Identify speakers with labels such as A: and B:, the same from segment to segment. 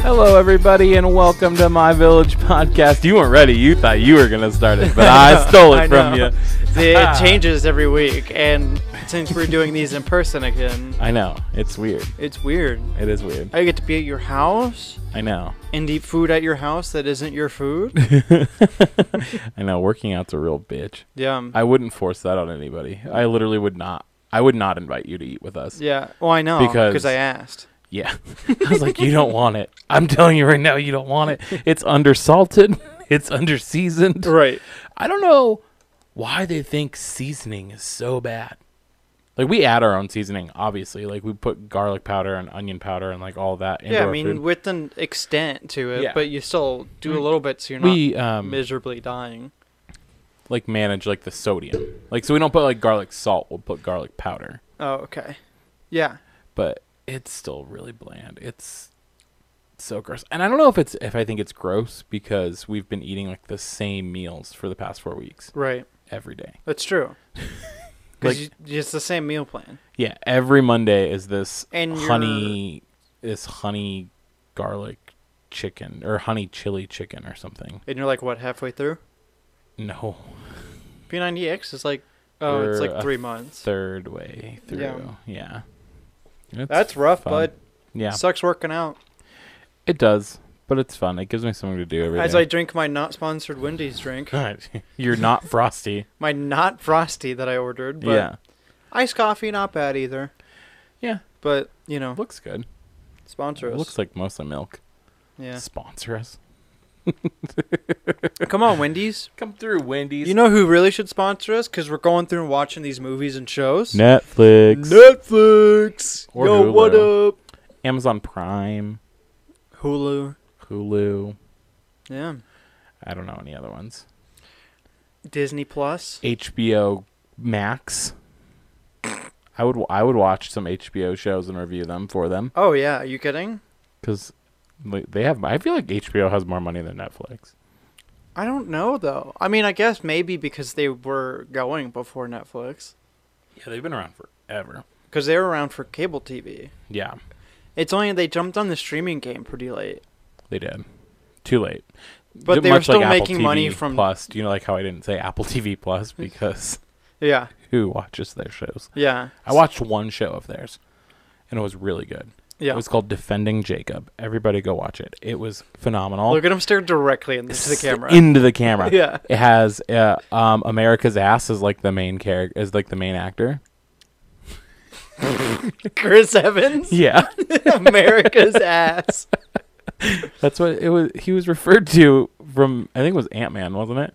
A: Hello, everybody, and welcome to my village podcast. You weren't ready. You thought you were gonna start it, but I stole it
B: I
A: from
B: know.
A: you.
B: it changes every week, and since we're doing these in person again,
A: I know it's weird.
B: it's weird.
A: It is weird.
B: I get to be at your house
A: I know.
B: and eat food at your house that isn't your food.
A: I know. Working out's a real bitch.
B: Yeah.
A: I wouldn't force that on anybody. I literally would not. I would not invite you to eat with us.
B: yeah. Well, I know
A: Because-
B: because I asked.
A: Yeah. I was like, you don't want it. I'm telling you right now, you don't want it. It's undersalted. It's underseasoned.
B: Right.
A: I don't know why they think seasoning is so bad. Like we add our own seasoning, obviously. Like we put garlic powder and onion powder and like all that. Into
B: Yeah. I
A: our
B: mean,
A: food.
B: with an extent to it,
A: Yeah. Mm.
B: but you still do a little bit, so you're not
A: we um
B: miserably dying.
A: like manage like the sodium. Like so we don't put like garlic salt. We'll put garlic powder,
B: Oh, okay. Yeah.
A: but it's still really bland. It's so gross. And I don't know if it's if I think it's gross because we've been eating like the same meals for the past four weeks
B: Right.
A: every day.
B: That's true.
A: Like-
B: Because it's the same meal plan.
A: Yeah, every Monday is this
B: And you're-
A: honey, this honey garlic chicken or honey chili chicken or something.
B: And you're like, what, halfway through?
A: No,
B: P90X is like, oh, it's
A: We're a
B: like three months.
A: third way through. Yeah,
B: Yeah.
A: It's
B: That's rough,
A: fun.
B: bud.
A: Yeah,
B: Sucks working out.
A: it does, but it's fun. It gives me something to do every day.
B: As I drink my not sponsored Wendy's drink,
A: You're not frosty.
B: my not frosty that I ordered, but
A: yeah,
B: iced coffee not bad either.
A: yeah,
B: But you know,
A: looks good.
B: sponsor
A: It
B: us.
A: looks like mostly milk.
B: yeah,
A: Sponsor us.
B: come on, Wendy's.
A: Come through, Wendy's.
B: You know who really should sponsor us? Because we're going through and watching these movies and shows.
A: Netflix,
B: Netflix.
A: Or
B: Yo, what up?
A: Amazon Prime,
B: Hulu.
A: Hulu.
B: Yeah.
A: I don't know any other ones.
B: Disney Plus.
A: HBO Max. I would I would watch some HBO shows and review them for them
B: Oh yeah, are you kidding?
A: because they have. I feel like HBO has more money than Netflix.
B: I don't know though. I mean, I guess maybe because they were going before Netflix,
A: Yeah, they've been around forever.
B: because they were around for cable TV.
A: Yeah,
B: It's only they jumped on the streaming game pretty late.
A: they did. Too late.
B: But
A: Ju-
B: they were
A: much
B: still
A: Apple
B: making money
A: TV
B: from-
A: Plus. Do you know like how I didn't say Apple TV Plus because
B: Yeah,
A: who watches their shows?
B: yeah,
A: I watched one show of theirs, and it was really good.
B: yeah.
A: It was called Defending Jacob. Everybody go watch it. It was phenomenal.
B: Look at him stare directly into the
A: s-
B: camera.
A: Into the camera.
B: Yeah.
A: It has uh, um, America's ass is like the main character is like the main actor.
B: Chris Evans,
A: Yeah.
B: America's ass.
A: That's what it was he was referred to from I think it was Ant Man, wasn't it?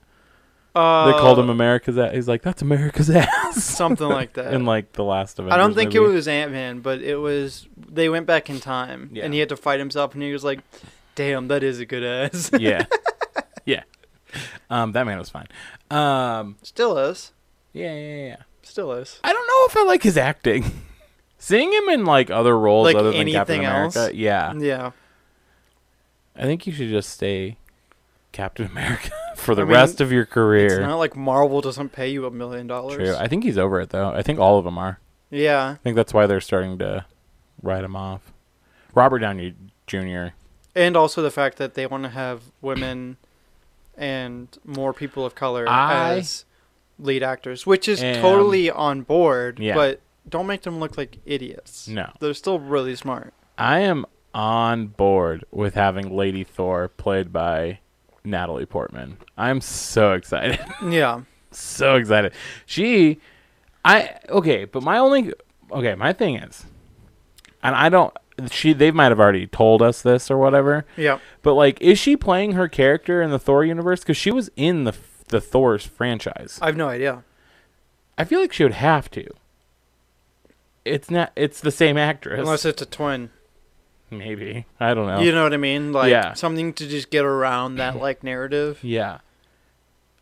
B: Uh,
A: they called him America's ass. He's like, That's America's ass
B: something like that.
A: in like the last of
B: Uh, I don't think it was Ant Man, but it was they went back in time,
A: Yeah.
B: and he had to fight himself, and he was like, "Damn, that is a good ass."
A: Yeah. yeah. Um that man was fine. Um
B: still is,
A: yeah, yeah, yeah, yeah.
B: still is.
A: I don't know if I like his acting. Seeing him in like other roles
B: Like
A: other than Captain
B: anything
A: America.
B: else?
A: Yeah.
B: Yeah,
A: I think you should just stay Captain America for the
B: I mean,
A: rest of your
B: it's
A: career.
B: not like Marvel doesn't pay you a million dollars.
A: True. I think he's over it though. I think all of them are.
B: Yeah,
A: I think that's why they're starting to write him off. Robert Downey Jr.
B: and also the fact that they want to have women and more people of color
A: I-
B: as lead actors, which is
A: am-
B: totally on board.
A: Yeah.
B: But don't make them look like idiots.
A: No.
B: they're still really smart.
A: I am on board with having Lady Thor played by Natalie Portman. I'm so excited.
B: Yeah,
A: so excited. She I okay, but my only okay, my thing is and I don't she they might have already told us this or whatever.
B: yeah,
A: But like, is she playing her character in the Thor universe? Because she was in the the Thor's franchise.
B: I have no idea.
A: I feel like she would have to. It's not. It's the same actress.
B: Unless it's a twin,
A: maybe I don't know.
B: you know what I mean? Like
A: Yeah.
B: something to just get around that like narrative.
A: yeah,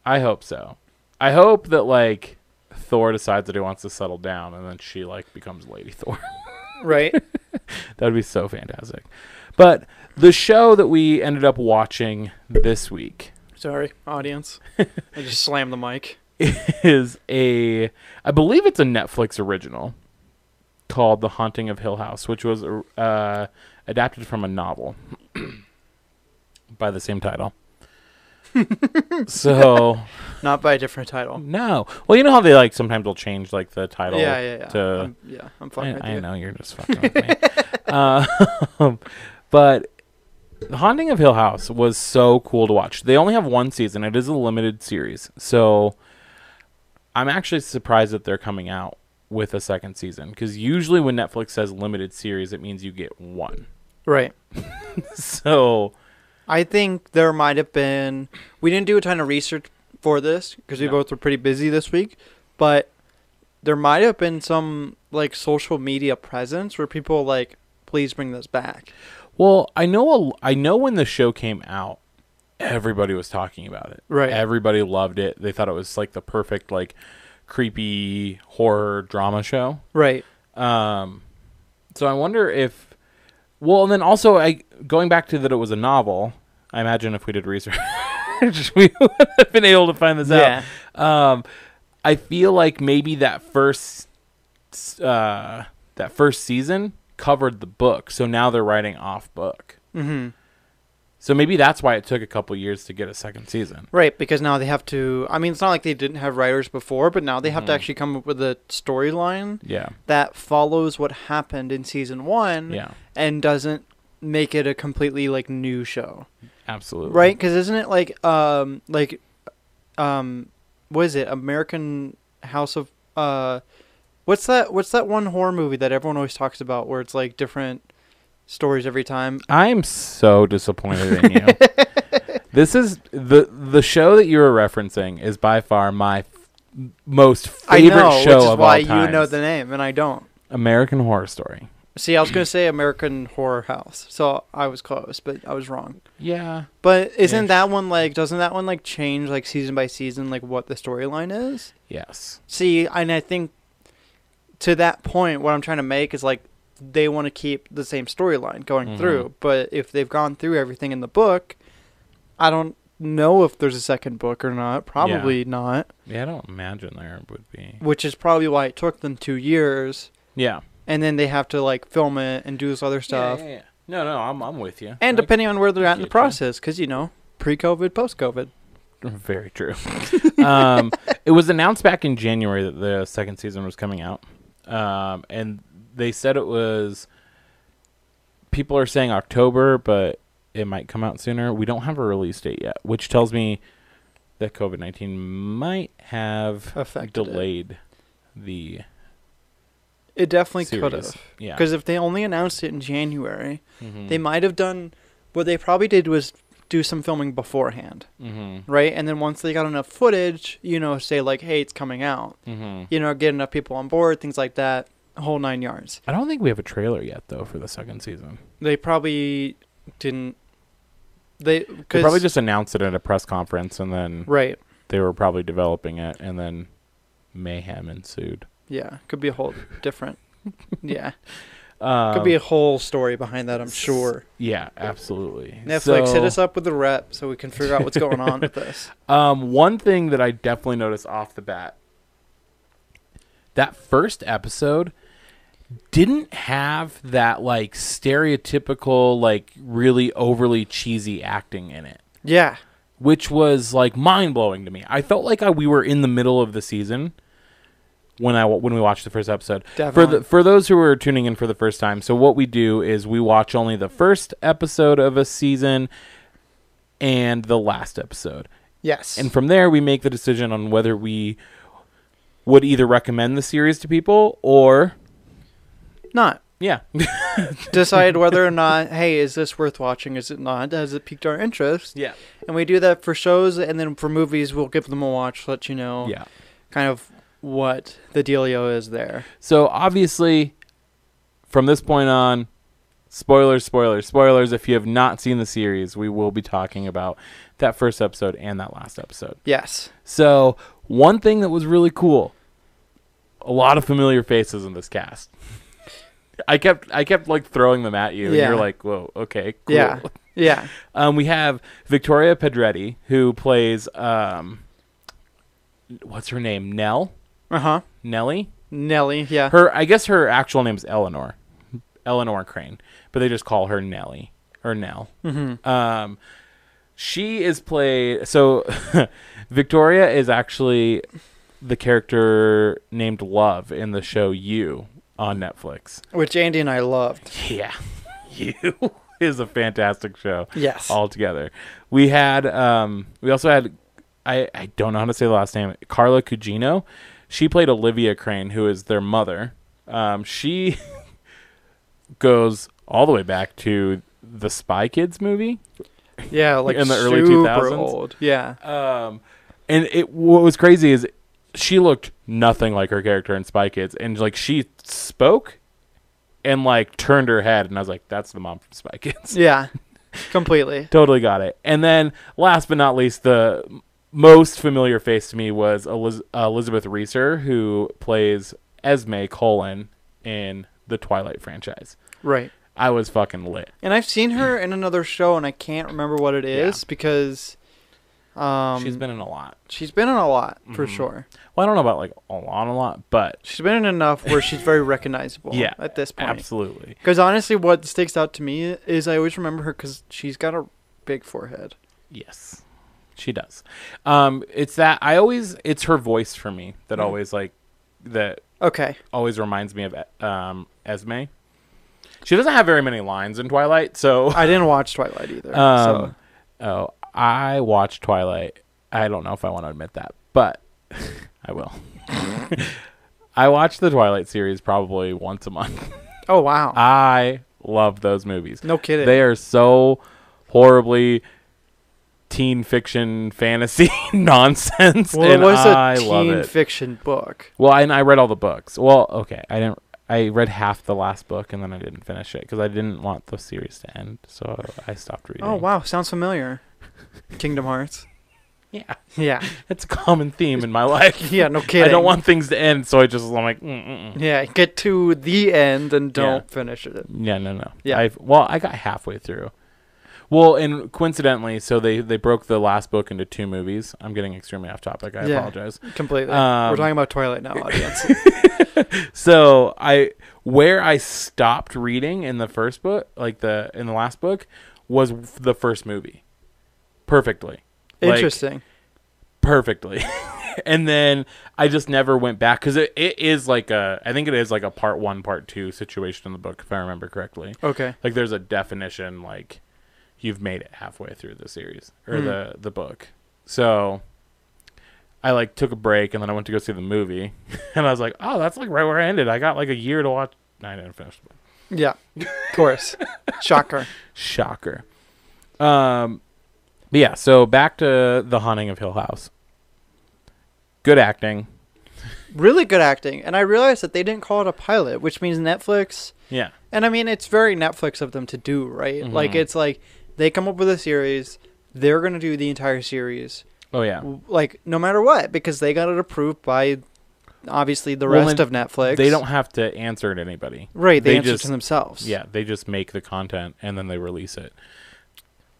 A: I hope so. I hope that like Thor decides that he wants to settle down, and then she like becomes Lady Thor.
B: Right?
A: that would be so fantastic. But the show that we ended up watching this week
B: Sorry, audience. I just slammed the mic.
A: is a I believe it's a Netflix original called The Haunting of Hill House, which was uh, adapted from a novel. by the same title. so
B: Not by a different title.
A: no, well, you know how they like sometimes will change like the title.
B: yeah, yeah, yeah.
A: to-
B: I'm, yeah, I'm fucking with
A: I, I
B: you.
A: know you're just fucking with me. uh, but The Haunting of Hill House was so cool to watch. They only have one season. It is a limited series, so I'm actually surprised that they're coming out with a second season because usually when Netflix says limited series, it means you get one.
B: Right.
A: So
B: I think there might have been. We didn't do a ton of research for this because we
A: No.
B: both were pretty busy this week, but there might have been some like social media presence where people like, please bring this back.
A: Well, I know a, I know when the show came out, everybody was talking about it.
B: Right.
A: Everybody loved it. They thought it was like the perfect like creepy horror drama show.
B: Right.
A: Um so I wonder if well, and then also I going back to that it was a novel, I imagine if we did research we would have been able to find this
B: Yeah.
A: out. Um I feel like maybe that first s- uh that first season covered the book, so now they're writing off book.
B: Mm-hmm.
A: So maybe that's why it took a couple years to get a second season.
B: Right, because now they have to. I mean, it's not like they didn't have writers before, but now they have to
A: Mhm.
B: actually come up with a storyline
A: Yeah.
B: that follows what happened in season one
A: Yeah.
B: and doesn't make it a completely like new show.
A: Absolutely.
B: right because isn't it like um like um what is it american house of uh what's that what's that one horror movie that everyone always talks about where it's like different stories every time
A: I'm so disappointed in you. this is the the show that you were referencing is by far my f- most favorite
B: i know
A: show
B: which is
A: of
B: why
A: all time.
B: you know the name and i don't
A: American Horror Story.
B: see i was gonna say american horror house so i was close but i was wrong
A: Yeah.
B: but isn't
A: Ish.
B: that one like doesn't that one like change like season by season like what the storyline is
A: Yes.
B: See, and I think to that point, what I'm trying to make is like they want to keep the same storyline going
A: Mhm.
B: through, but if they've gone through everything in the book, I don't know if there's a second book or not. Probably not,
A: Yeah, I don't imagine there would be.
B: which is probably why it took them two years,
A: Yeah.
B: and then they have to like film it and do this other stuff.
A: No, no, I'm I'm with you.
B: And depending on where they're at in the
A: get you.
B: process, because you know, pre-COVID, post-COVID.
A: very true. um, it was announced back in January that the second season was coming out, um, and they said it was. People are saying October, but it might come out sooner. We don't have a release date yet, which tells me that COVID nineteen might have
B: Affected it.
A: delayed the
B: It definitely could
A: series.
B: have,
A: Yeah,
B: because if they only announced it in January,
A: Mhm.
B: They might have done what they probably did was do some filming beforehand,
A: Mhm.
B: right? And then once they got enough footage, you know, say like, hey, it's coming out,
A: Mhm.
B: you know, get enough people on board, things like that, whole nine yards.
A: I don't think we have a trailer yet though for the second season.
B: They probably didn't. They
A: They
B: cause,
A: probably just announced it at a press conference and then
B: right.
A: they were probably developing it and then mayhem ensued
B: Yeah, could be a whole different. Yeah,
A: um,
B: could be a whole story behind that. I'm sure.
A: yeah absolutely
B: Netflix
A: so,
B: hit us up with the rep so we can figure out what's going on with this.
A: um, one thing that i definitely noticed off the bat that first episode didn't have that like stereotypical like really overly cheesy acting in it
B: Yeah,
A: which was like mind blowing to me. I felt like I, we were in the middle of the season when I when we watched the first episode. For
B: Definitely.
A: the, for those who are tuning in for the first time, so what we do is we watch only the first episode of a season and the last episode.
B: yes,
A: And from there we make the decision on whether we would either recommend the series to people or
B: not
A: yeah.
B: decide whether or not, hey, is this worth watching? Is it not? Has it piqued our interest?
A: yeah.
B: And we do that for shows, and then for movies, we'll give them a watch, let you know
A: Yeah.
B: kind of what the dealio is there.
A: So obviously, from this point on, spoilers, spoilers, spoilers. If you have not seen the series, we will be talking about that first episode and that last episode.
B: Yes.
A: So one thing that was really cool, a lot of familiar faces in this cast. I kept I kept like throwing them at you, and
B: Yeah.
A: you're like, "Whoa, okay, cool."
B: Yeah. Yeah.
A: Um, we have Victoria Pedretti, who plays um, what's her name? Nell,
B: Uh huh.
A: Nellie.
B: Nelly. Yeah.
A: Her, I guess her actual name is Eleanor, Eleanor Crane, but they just call her Nellie. or Nell.
B: Mm-hmm.
A: Um, she is played. So Victoria is actually the character named Love in the show You on Netflix.
B: Which Andy and I loved.
A: Yeah, You is a fantastic show
B: Yes.
A: altogether. We had um we also had I I don't know how to say the last name. Carla Cugino. She played Olivia Crane, who is their mother. Um, she goes all the way back to the Spy Kids movie.
B: yeah, like
A: in the early
B: super
A: 2000s?
B: old. Yeah.
A: Um, and it what was crazy is she looked nothing like her character in Spy Kids, and like she spoke and like turned her head, and I was like, "That's the mom from Spy Kids."
B: Yeah. Completely.
A: Totally got it. And then last but not least, the most familiar face to me was Eliz- Elizabeth Reeser, who plays Esme Colon in the Twilight franchise.
B: Right.
A: I was fucking lit.
B: And I've seen her in another show, and I can't remember what it
A: Yeah.
B: is because um,
A: she's been in a lot.
B: she's been in a lot for
A: Mhm.
B: sure.
A: Well, I don't know about like a lot, a lot, but
B: She's been in enough where she's very recognizable.
A: Yeah,
B: at this point.
A: absolutely.
B: Because honestly, what sticks out to me is I always remember her because she's got a big forehead.
A: Yes, she does. Um, it's that I always it's her voice for me that
B: Mhm.
A: always like that
B: Okay.
A: always reminds me of um, Esme. She doesn't have very many lines in Twilight, so
B: I didn't watch Twilight either.
A: um,
B: so.
A: oh, I watched Twilight. I don't know if I want to admit that, but I will. I watched the Twilight series probably once a month.
B: Oh wow.
A: I love those movies.
B: no kidding.
A: They are so horribly teen fiction fantasy nonsense.
B: well, it
A: and
B: was a
A: I love
B: teen
A: it.
B: fiction book.
A: well, and I read all the books. Well, okay, I didn't. I read half the last book and then I didn't finish it because I didn't want the series to end, so I stopped reading.
B: Oh wow, sounds familiar. Kingdom Hearts.
A: Yeah,
B: Yeah.
A: it's a common theme in my life.
B: Yeah. No kidding.
A: I don't want things to end, so I just I'm like, mm, Mm-mm.
B: Yeah, get to the end and
A: Yeah.
B: don't finish it.
A: yeah, no, no.
B: Yeah.
A: I've, well, I got halfway through. Well, and coincidentally, so they they broke the last book into two movies. I'm getting extremely off topic. I
B: Yeah.
A: apologize.
B: Completely.
A: Um,
B: We're talking about Twilight now, audience.
A: So I where I stopped reading in the first book, like the in the last book, was the first movie, perfectly. Like,
B: Interesting.
A: perfectly. and then I just never went back because it, it is like a I think it is like a part one, part two situation in the book if I remember correctly.
B: Okay.
A: Like there's a definition like you've made it halfway through the series or
B: Hmm.
A: the the book. So I like took a break and then I went to go see the movie and I was like, oh, that's like right where I ended. I got like a year to watch. No, I didn't finish. the book.
B: Yeah. Of course. Shocker.
A: Shocker. Um, but yeah, so back to the haunting of Hill House. Good acting.
B: Really good acting. And I realized that they didn't call it a pilot, which means Netflix
A: Yeah.
B: and I mean it's very Netflix of them to do, right? Like
A: Mhm.
B: it's like they come up with a series, they're gonna do the entire series.
A: Oh yeah.
B: w- Like no matter what, because they got it approved by obviously the
A: Well,
B: rest
A: then
B: of Netflix.
A: They don't have to answer to anybody.
B: Right, they,
A: they
B: answer
A: just-
B: to themselves.
A: Yeah, they just make the content and then they release it.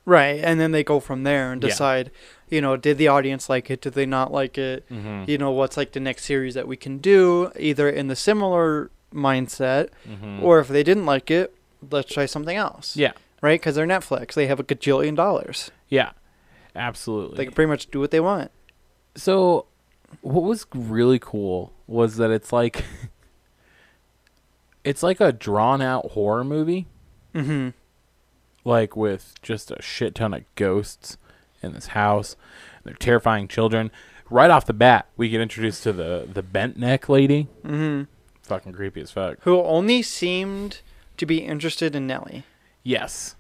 B: Right, and then they go from there and
A: Yeah.
B: decide, you know, did the audience like it? Did they not like it?
A: Mm-hmm.
B: You know, what's like the next series that we can do, either in the similar mindset,
A: Mm-hmm.
B: or if they didn't like it, let's try something else.
A: yeah,
B: Right? Because they're Netflix. They have a gajillion dollars.
A: yeah, absolutely.
B: They can pretty much do what they want.
A: so, what was really cool was that it's like, it's like a drawn out horror movie, Mm-hmm.
B: Mm
A: like with just a shit ton of ghosts in this house. They're terrifying children. Right off the bat, we get introduced to the the bent neck lady.
B: hmm. Mm hmm.
A: Fucking creepy as fuck.
B: Who only seemed to be interested in Nellie.
A: Yes,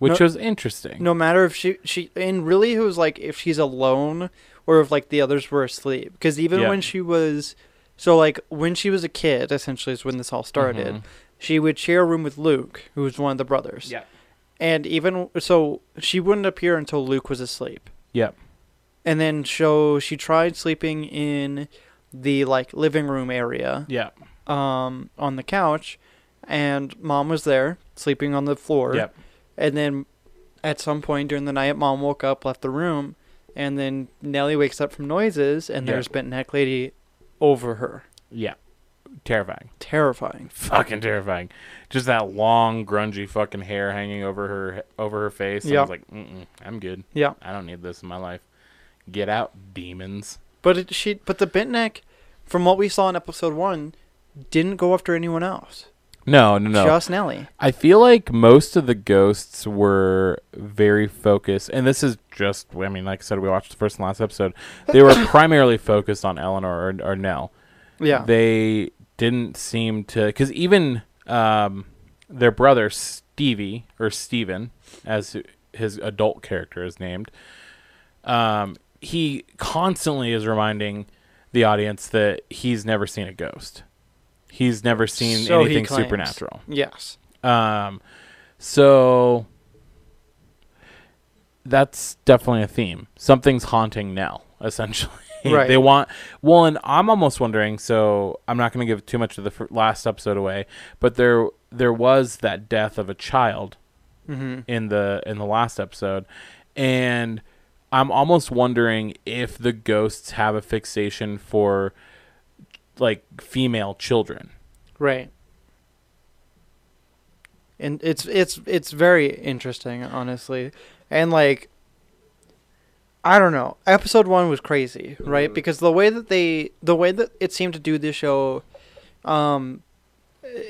A: which
B: No-
A: was interesting.
B: No matter if she she and really it was like if she's alone or if like the others were asleep because even
A: Yeah.
B: when she was so like when she was a kid essentially is when this all started
A: Mhm.
B: she would share a room with Luke who was one of the brothers
A: Yeah.
B: and even so she wouldn't appear until Luke was asleep
A: Yep.
B: and then so she tried sleeping in the like living room area
A: Yeah.
B: um on the couch and mom was there sleeping on the floor
A: Yep.
B: and then at some point during the night, mom woke up, left the room, and then Nellie wakes up from noises, and
A: Yeah.
B: there's Bent Neck Lady over her.
A: Yeah. Terrifying.
B: Terrifying.
A: Fucking terrifying. Just that long, grungy fucking hair hanging over her over her face. I
B: Yeah.
A: was like, Mm-mm, I'm good.
B: Yeah.
A: I don't need this in my life. Get out, demons.
B: But it, she, but the bent neck, from what we saw in episode one, didn't go after anyone else.
A: No, no, no.
B: Just Nelly.
A: I feel like most of the ghosts were very focused, and this is just, I mean, like I said, we watched the first and last episode. They were primarily focused on Eleanor or, or Nell.
B: Yeah.
A: They didn't seem to, because even um, their brother, Stevie, or Steven, as his adult character is named, um, he constantly is reminding the audience that he's never seen a ghost. He's never seen
B: So he
A: anything
B: claims.
A: supernatural.
B: yes.
A: Um, so that's definitely a theme. Something's haunting Nell, essentially.
B: Right.
A: they want. Well, and I'm almost wondering. So I'm not going to give too much of the fir- last episode away, but there there was that death of a child
B: Mm-hmm.
A: in the in the last episode, and I'm almost wondering if the ghosts have a fixation for like female children.
B: Right. And it's it's it's very interesting, honestly. And like I don't know. Episode 1 was crazy,
A: Mm-hmm.
B: right? Because the way that they the way that it seemed to do this show um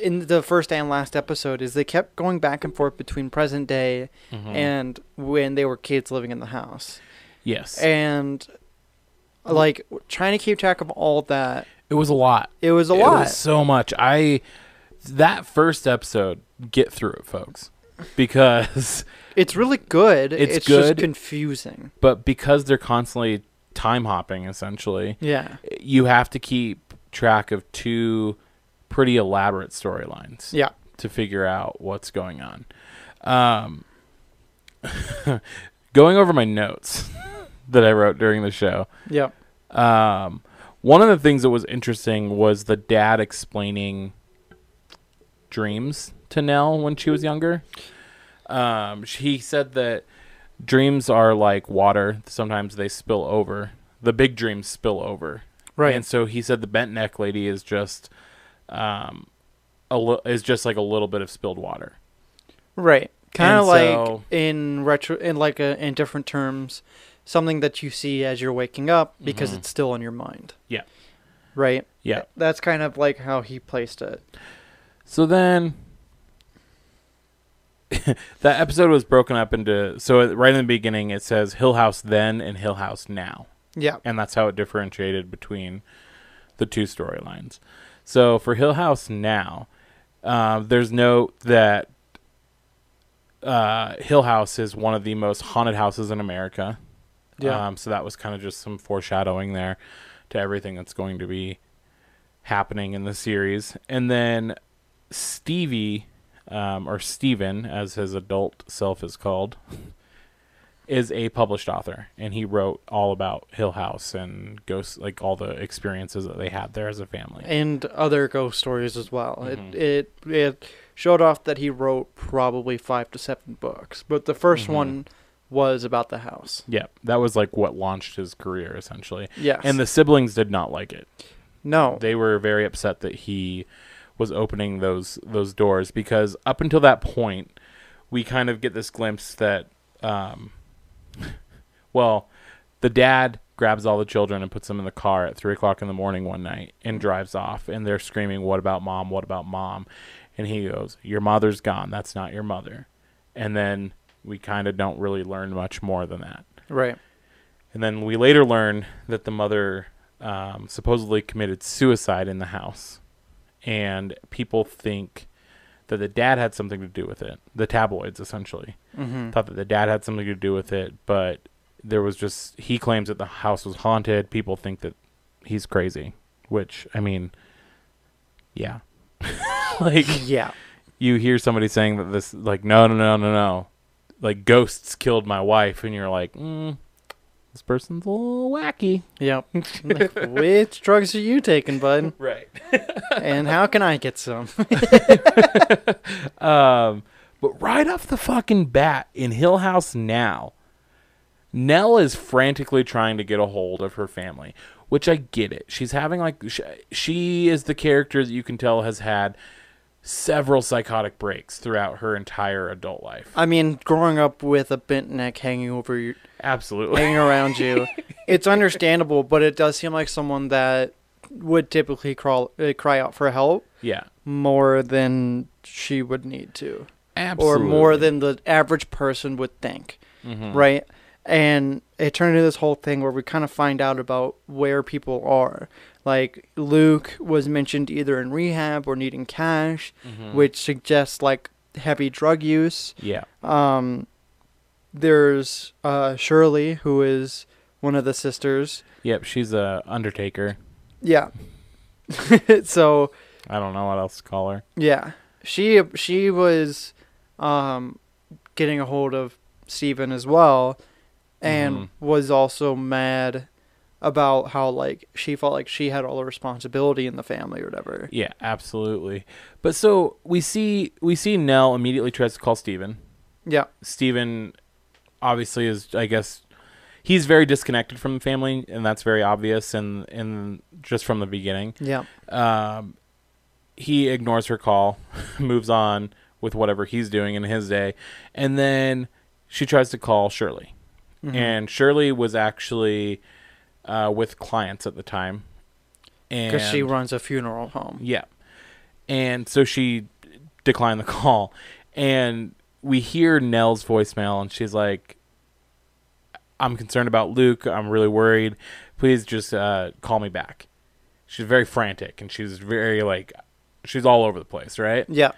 B: in the first and last episode is they kept going back and forth between present day Mm-hmm.
A: Mm-hmm.
B: and when they were kids living in the house.
A: yes,
B: And like trying to keep track of all that,
A: it was a lot.
B: it was a
A: it
B: lot.
A: was so much. I that first episode, get through it, folks, because
B: It's really good.
A: It's
B: It's,
A: good.
B: just confusing.
A: but because they're constantly time hopping, essentially,
B: Yeah.
A: you have to keep track of two pretty elaborate storylines
B: Yeah.
A: to figure out what's going on. Um, going over my notes that I wrote during the show.
B: Yeah.
A: Um, one of the things that was interesting was the dad explaining dreams to Nell when she was younger. Um, sh- he said that dreams are like water; sometimes they spill over. The big dreams spill over,
B: Right.
A: And so he said the bent neck lady is just, um, a li- is just like a little bit of spilled water.
B: right. Kind
A: And
B: of like
A: so-
B: in retro, in like a, in different terms, something that you see as you're waking up because it's still on your mind.
A: Mm-hmm. Yeah.
B: Right.
A: Yeah.
B: That's kind of like how he placed it.
A: So then that episode was broken up into so it- right in the beginning it says Hill House then and Hill House now.
B: Yeah.
A: And that's how it differentiated between the two storylines. So for Hill House now, uh, there's note that uh, Hill House is one of the most haunted houses in America.
B: Yeah.
A: Um, so that was kind of just some foreshadowing there to everything that's going to be happening in the series. And then Stevie, um, or Steven, as his adult self is called, is a published author. And he wrote all about Hill House and ghosts, like all the experiences that they had there as a family.
B: and other ghost stories as well.
A: Mm-hmm.
B: It it it showed off that he wrote probably five to seven books, but the 1st
A: Mhm.
B: one was about the house.
A: yeah, that was like what launched his career essentially.
B: Yes.
A: And the siblings did not like it.
B: no.
A: they were very upset that he was opening those those doors because up until that point we kind of get this glimpse that um well the dad grabs all the children and puts them in the car at three o'clock in the morning one night and drives off and they're screaming what about mom what about mom and he goes your mother's gone that's not your mother and then we kind of don't really learn much more than that
B: right.
A: and then we later learn that the mother um, supposedly committed suicide in the house. And people think that the dad had something to do with it. The tabloids, essentially,
B: Mm-hmm.
A: thought that the dad had something to do with it. But there was just, he claims that the house was haunted. People think that he's crazy, which, I mean, yeah. like,
B: Yeah.
A: you hear somebody saying that this, like, no, no, no, no, no. Like, ghosts killed my wife. And you're like, mm, this person's a little wacky.
B: Yep. Like, Which drugs are you taking, bud?
A: Right.
B: And how can I get some?
A: Um, but right off the fucking bat in Hill House now, Nell is frantically trying to get a hold of her family. which I get it. She's having like she, she is the character that you can tell has had several psychotic breaks throughout her entire adult life.
B: I mean, growing up with a bent neck hanging over you,
A: Absolutely.
B: hanging around you, it's understandable. But it does seem like someone that would typically crawl, uh, cry out for help
A: Yeah.
B: more than she would need to,
A: Absolutely.
B: or more than the average person would think.
A: Mhm.
B: right? And it turned into this whole thing where we kind of find out about where people are. Like Luke was mentioned either in rehab or needing cash,
A: Mhm.
B: which suggests like heavy drug use.
A: Yeah.
B: Um, there's uh, Shirley, who is one of the sisters.
A: Yep. She's a undertaker.
B: Yeah. so
A: I don't know what else to call her.
B: yeah, she she was um, getting a hold of Steven as well, and
A: Mhm.
B: was also mad about how like she felt like she had all the responsibility in the family or whatever.
A: Yeah, absolutely. But so we see we see Nell immediately tries to call Steven.
B: Yeah,
A: Steven obviously is I guess he's very disconnected from the family and that's very obvious and and just from the beginning.
B: yeah,
A: Um he ignores her call, moves on with whatever he's doing in his day, and then she tries to call Shirley.
B: Mhm.
A: And Shirley was actually uh, with clients at the time. And
B: because she runs a funeral home.
A: yeah. And so she declined the call. And we hear Nell's voicemail, and she's like, I'm concerned about Luke. I'm really worried. Please just uh, call me back. She's very frantic and she's very like, she's all over the place, right?
B: Yeah,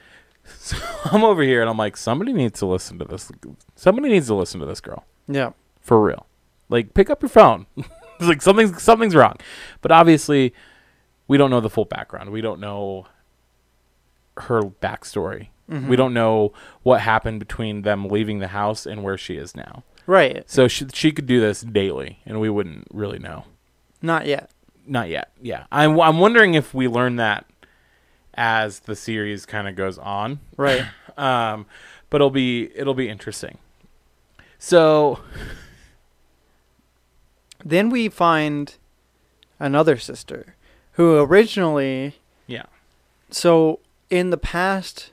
A: So I'm over here and I'm like, somebody needs to listen to this. Somebody needs to listen to this girl
B: yeah,
A: for real. Like pick up your phone. it's like something's something's wrong. But obviously we don't know the full background. We don't know her backstory. We don't know what happened between them leaving the house and where she is now.
B: right.
A: So she she could do this daily and we wouldn't really know.
B: Not yet.
A: Not yet. Yeah. I'm I'm wondering if we learn that as the series kind of goes on
B: Right.
A: um, but it'll be it'll be interesting. So
B: then we find another sister, who originally
A: yeah,
B: so in the past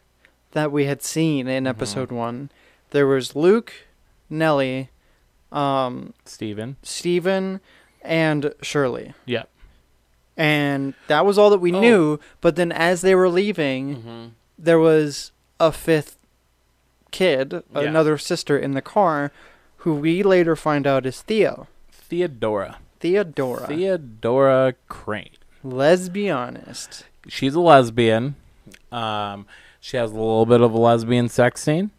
B: that we had seen
A: Mm-hmm.
B: in episode one, there was Luke, Nellie, um,
A: Steven.
B: Stephen, and Shirley,
A: Yep.
B: and that was all that we
A: Oh.
B: knew. But then as they were leaving,
A: Mm-hmm.
B: there was a fifth kid,
A: Yeah.
B: another sister in the car, who we later find out is Theo,
A: Theodora.
B: Theodora.
A: Theodora Crane.
B: Let's be honest.
A: She's a lesbian. Um, she has a little bit of a lesbian sex scene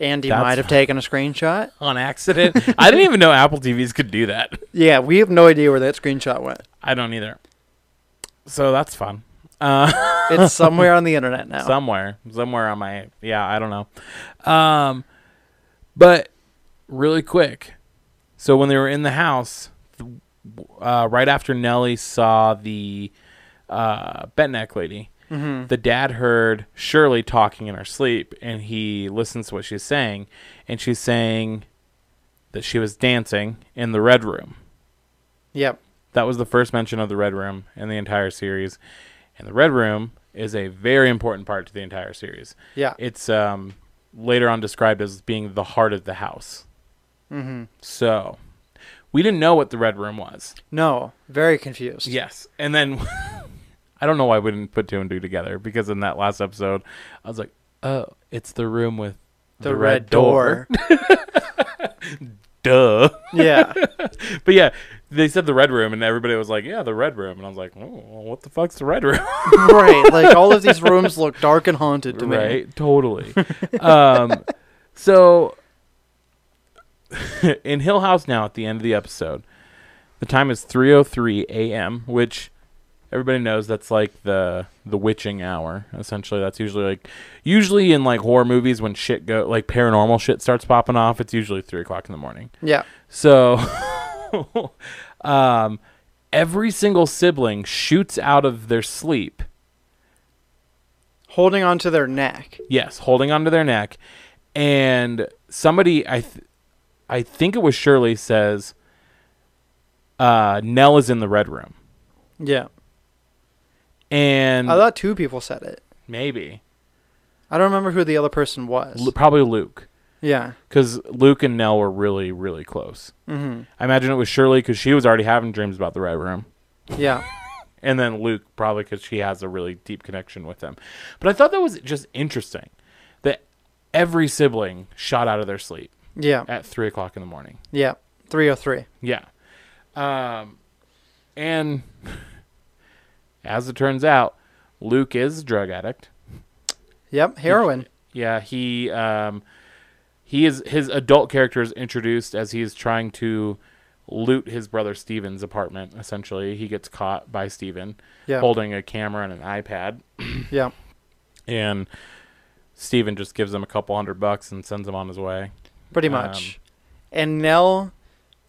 B: Andy
A: That's-
B: might have taken a screenshot.
A: on accident. I didn't even know Apple TVs could do that.
B: Yeah, we have no idea where that screenshot went.
A: I don't either. So that's fun. Uh,
B: It's somewhere on the internet now.
A: somewhere, somewhere on my yeah, I don't know. Um, but really quick. So when they were in the house, th- uh, right after Nellie saw the uh, Betneck lady,
B: hmm
A: the dad heard Shirley talking in her sleep and he listens to what she's saying and she's saying that she was dancing in the red room.
B: Yep.
A: That was the first mention of the red room in the entire series. And the red room is a very important part to the entire series.
B: Yeah.
A: It's um later on described as being the heart of the house. Mm-hmm.
B: hmm
A: So, we didn't know what the red room was.
B: No, very confused.
A: Yes. And then I don't know why we didn't put two and two together because in that last episode, I was like, oh, it's the room with
B: The, red, door.
A: Duh.
B: yeah.
A: But yeah, they said the red room, and everybody was like, yeah, the red room. And I was like, oh, well, what the fuck's the red room?
B: Right. Like all of these rooms look dark and haunted to me.
A: right? Totally. um, so in Hill House now, at the end of the episode, the time is 3:03 a.m., which everybody knows that's like the the witching hour. Essentially, that's usually like usually in like horror movies when shit go like paranormal shit starts popping off. It's usually three o'clock in the morning.
B: Yeah.
A: So, um, every single sibling shoots out of their sleep.
B: Holding onto their neck.
A: Yes, holding onto their neck, and somebody I, th- I think it was Shirley says, uh, Nell is in the red room,
B: Yeah.
A: and
B: I thought two people said it.
A: maybe
B: I don't remember who the other person was.
A: Lu- probably Luke,
B: yeah.
A: because Luke and Nell were really really close.
B: hmm
A: I imagine it was Shirley because she was already having dreams about the red room.
B: Yeah.
A: and then Luke probably because she has a really deep connection with him. But I thought that was just interesting that every sibling shot out of their sleep
B: Yeah.
A: at three o'clock in the morning.
B: Yeah. 303.
A: Yeah, um, and as it turns out, Luke is a drug addict.
B: Yep. Heroin.
A: Yeah, he um, he is his adult character is introduced as he is trying to loot his brother Steven's apartment. Essentially, he gets caught by Steven
B: Yeah.
A: holding a camera and an iPad.
B: Yeah.
A: and Steven just gives him a couple hundred bucks and sends him on his way.
B: Pretty
A: Um,
B: much. and Nell,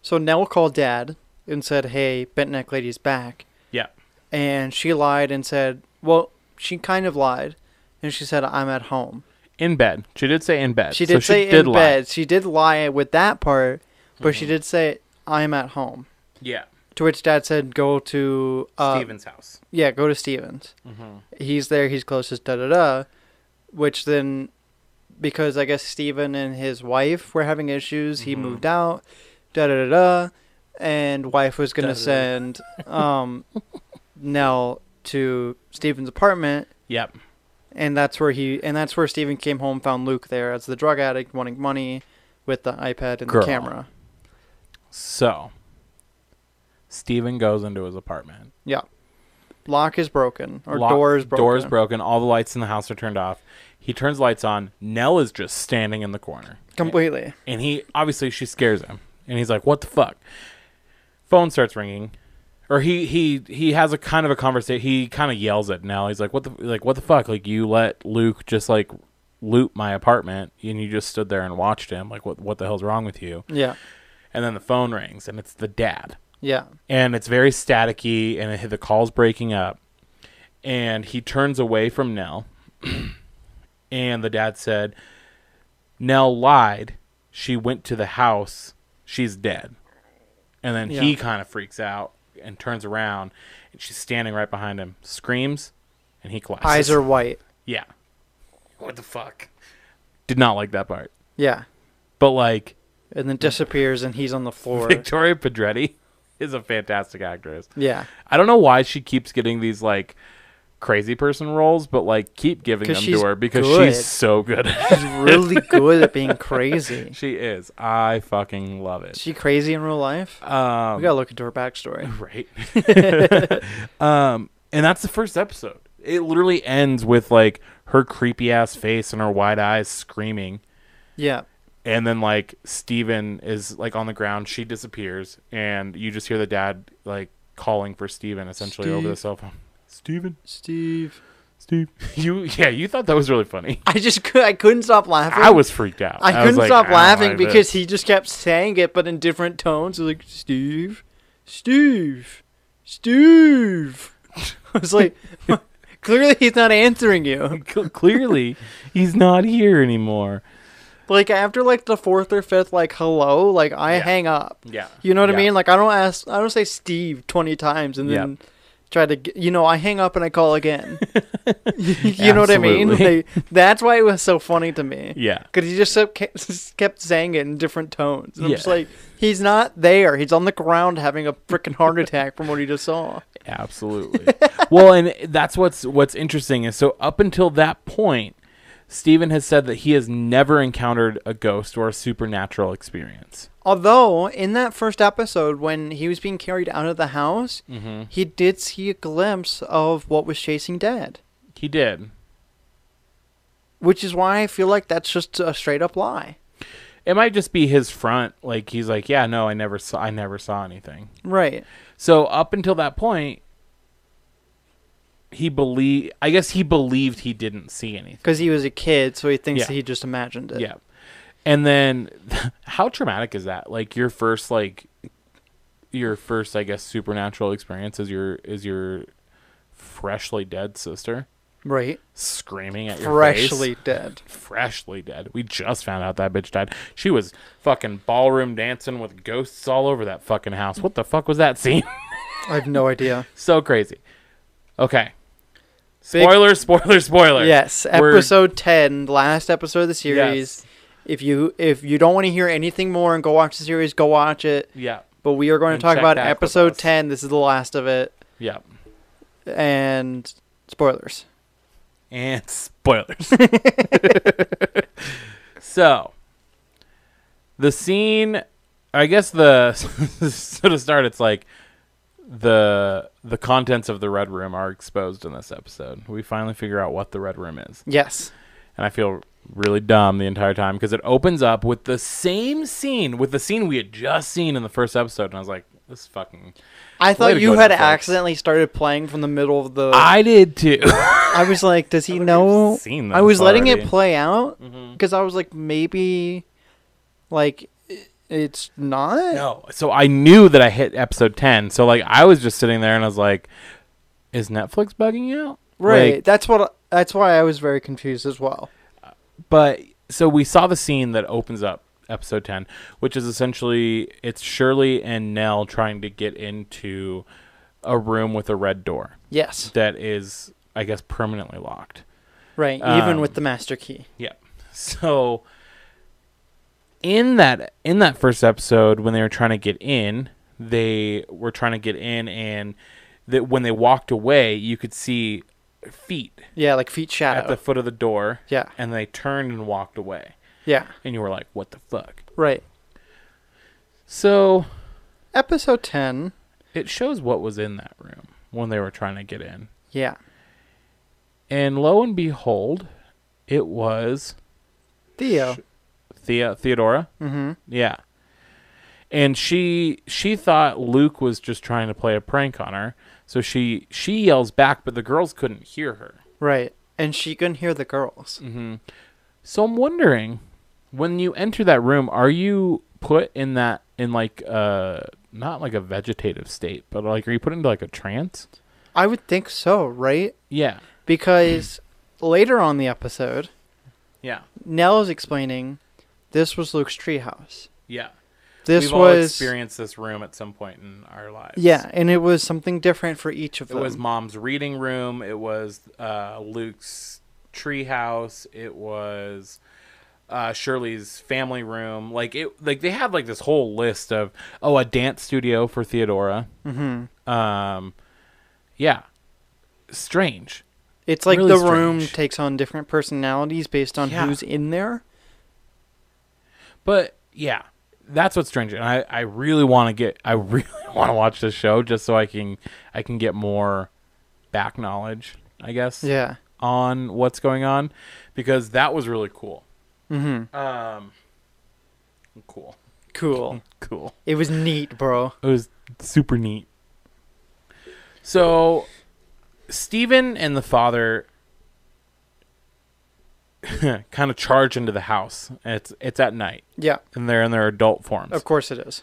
B: so Nell called dad and said, "Hey, bent neck lady's back."
A: Yeah.
B: And she lied and said, "Well, she kind of lied." And she said, "I'm at home."
A: In bed. She did say in bed.
B: She
A: So
B: did say in
A: lie. Mm-hmm.
B: bed. She did lie with that part, but she did say, "I'm at home."
A: Yeah.
B: To which dad said, "Go to uh,
A: Steven's house.
B: Yeah, go to Stevens.
A: Mhm.
B: He's there. He's closest. Da da da. Which then, because I guess Steven and his wife were having issues, he
A: Mhm.
B: moved out. Da da da da. And wife was gonna
A: Da-da-da.
B: send um, Nell to Steven's apartment,
A: Yep.
B: and that's where he and that's where Steven came home, found Luke there as the drug addict wanting money, with the iPad and
A: Girl.
B: the camera.
A: So Steven goes into his apartment.
B: Lock is broken or
A: Lock-
B: door is broken.
A: Door is broken. All the lights in the house are turned off. He turns lights on. Nell is just standing in the corner.
B: completely.
A: And he obviously she scares him. And he's like, "What the fuck?" Phone starts ringing. Or he he he has a kind of a conversation. He kind of yells at Nell. He's like, "What the like what the fuck? Like you let Luke just like loot my apartment and you just stood there and watched him. Like what what the hell's wrong with you?"
B: Yeah,
A: And then the phone rings and it's the dad.
B: yeah,
A: And it's very staticky and it, the call's breaking up. And he turns away from Nell. and the dad said, Nell lied. She went to the house. She's dead. And then he
B: Yeah.
A: kind of freaks out and turns around. And she's standing right behind him, screams, and he collapses.
B: eyes are white.
A: Yeah. What the fuck? Did not like that part.
B: Yeah.
A: But, like,
B: and then disappears and he's on the floor.
A: Victoria Pedretti is a fantastic actress.
B: Yeah,
A: I don't know why she keeps getting these, like, crazy person roles, but, like, keep giving
B: 'Cause
A: them
B: she's
A: to her because
B: good.
A: she's so good.
B: she's really good at being crazy.
A: she is. I fucking love it.
B: Is she crazy in real life?
A: Um,
B: We gotta look into her backstory.
A: right. um, and that's the first episode. It literally ends with like her creepy ass face and her wide eyes screaming,
B: Yeah,
A: and then like Steven is like on the ground. She disappears, and you just hear the dad like calling for Steven essentially over the
B: Steve.
A: cell phone. Steven,
B: Steve.
A: Steve. You yeah, you thought that was really funny.
B: I just could, I couldn't stop laughing.
A: I was freaked out.
B: I
A: was
B: couldn't
A: like, "Oh
B: stop
A: don't
B: laughing
A: like this.
B: because he just kept saying it, but in different tones. It was like Steve, Steve, Steve. I was like, clearly he's not answering you.
A: Cl- clearly he's not here anymore.
B: Like after like the fourth or fifth, like hello, like I
A: Yeah.
B: hang up.
A: Yeah,
B: You know what
A: Yeah.
B: I mean? Like I don't ask, I don't say Steve twenty times and then try to, g- you know, I hang up and I call again. you know what I mean?
A: Absolutely.
B: Like, that's why it was so funny to me
A: Yeah,
B: because he just so ke- just kept saying it in different tones. And I'm just
A: Yeah.
B: like, he's not there. He's on the ground having a freaking heart attack from what he just saw.
A: Absolutely. well, and that's what's what's interesting is so up until that point, Stephen has said that he has never encountered a ghost or a supernatural experience.
B: Although in that first episode, when he was being carried out of the house,
A: Mm-hmm.
B: he did see a glimpse of what was chasing Dad,
A: He did.
B: which is why I feel like that's just a straight up lie.
A: It might just be his front. Like he's like, yeah, no, I never saw, I never saw anything.
B: Right.
A: So up until that point, he believe. I guess he believed he didn't see anything.
B: Because he was a kid, so he thinks
A: Yeah.
B: that he just imagined it.
A: Yeah. And then how traumatic is that? Like your first like your first I guess supernatural experience is your is your freshly dead sister.
B: Right.
A: screaming at your
B: Freshly
A: face.
B: dead.
A: Freshly dead. We just found out that bitch died. She was fucking ballroom dancing with ghosts all over that fucking house. What the fuck was that scene?
B: I have no idea.
A: so crazy. Okay.
B: Big-
A: Spoiler, spoiler, spoiler.
B: Yes,
A: We're-
B: episode ten, last episode of the series. If you if you don't want to hear anything more and go watch the series, go watch it.
A: Yeah.
B: But we are going
A: And
B: to talk
A: check
B: about
A: back with
B: episode
A: us.
B: ten. This is the last of it,
A: Yeah.
B: and spoilers.
A: And spoilers. so, the scene, I guess the so to start, it's like the the contents of the red room are exposed in this episode. We finally figure out what the red room is,
B: Yes,
A: and I feel really dumb the entire time because it opens up with the same scene with the scene we had just seen in the first episode, and I was like, "This fucking."
B: I
A: Way
B: thought
A: to
B: you
A: go,
B: had
A: Netflix. Ah!
B: accidentally started playing from the middle of the.
A: I did too.
B: I was like, does he
A: I've
B: know?
A: seen
B: I was letting it
A: already.
B: play out
A: Mhm.
B: because I was like, maybe, like, i- it's not.
A: No. So I knew that I hit episode 10. So like I was just sitting there and I was like is Netflix bugging you out?
B: Right.
A: Like,
B: that's what. That's why I was very confused as well.
A: but so we saw the scene that opens up episode 10, which is essentially it's Shirley and Nell trying to get into a room with a red door
B: Yes.
A: that is I guess permanently locked.
B: Right.
A: Um,
B: even with the master key.
A: Yeah. So in that in that first episode when they were trying to get in, they were trying to get in and that when they walked away, you could see feet
B: Yeah, like feet shadow.
A: at the foot of the door
B: yeah.
A: and they turned and walked away.
B: Yeah.
A: And you were like, "What the fuck?"
B: Right.
A: So,
B: Episode ten.
A: it shows what was in that room when they were trying to get in.
B: Yeah.
A: And lo and behold, it was
B: Theo.
A: Sh- Thea Theodora.
B: mm-hmm.
A: Yeah. And she she thought Luke was just trying to play a prank on her. So she she yells back, but the girls couldn't hear her.
B: Right. And she couldn't hear the girls.
A: Mm-hmm. So I'm wondering, when you enter that room, are you put in that in like uh not like a vegetative state, but like are you put into like a trance?
B: I would think so, right?
A: Yeah.
B: Because later on the episode,
A: Yeah.
B: Nell is explaining this was Luke's treehouse.
A: Yeah.
B: This
A: We've all
B: was
A: experienced this room at some point in our lives.
B: yeah, and it was something different for each of
A: It
B: them.
A: was mom's reading room. It was uh, Luke's treehouse. It was uh, Shirley's family room. Like it, like they had like this whole list of oh, a dance studio for Theodora.
B: mm-hmm.
A: Um, yeah, strange.
B: It's like
A: really
B: the room
A: strange.
B: takes on different personalities based on
A: Yeah.
B: who's in there.
A: But yeah, that's what's strange, and I I really want to get I really want to watch this show just so I can I can get more back knowledge, I guess,
B: Yeah.
A: on what's going on because that was really cool.
B: Mm-hmm.
A: Um, cool,
B: Cool.
A: cool.
B: It was neat, bro.
A: It was super neat. So, Stephen and the father kind of charge into the house. And It's it's at night,
B: Yeah,
A: and they're in their adult forms.
B: of course it is.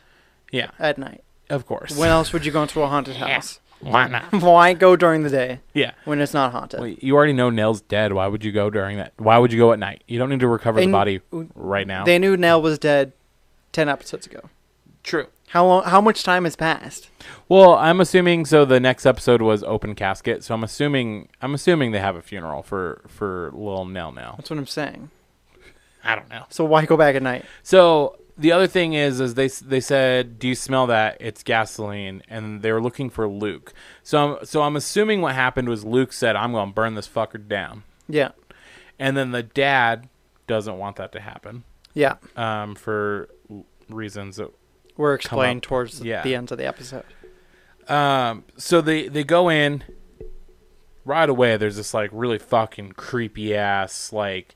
A: yeah,
B: At night.
A: of course.
B: When else would you go into a haunted house?
A: Why not?
B: Why go during the day
A: Yeah.
B: when it's not haunted?
A: Well, you already know Nell's dead. Why would you go during that? Why would you go at night? You don't need to recover the
B: And-
A: body right now.
B: They knew Nell was dead ten episodes ago.
A: True.
B: How long, how much time has passed?
A: Well, I'm assuming so. The next episode was open casket, so I'm assuming I'm assuming they have a funeral for for little Nell now.
B: That's what I'm saying.
A: I don't know.
B: So why go back at night?
A: So the other thing is, is they s- they said, "Do you smell that? It's gasoline," and they were looking for Luke. So I'm so I'm assuming what happened was Luke said, "I'm gonna burn this fucker down,"
B: Yeah.
A: and then the dad doesn't want that to happen
B: Yeah.
A: um, for reasons that
B: We're explained towards
A: Yeah.
B: the end of the episode.
A: Um, so they they go in right away. There's this like really fucking creepy ass like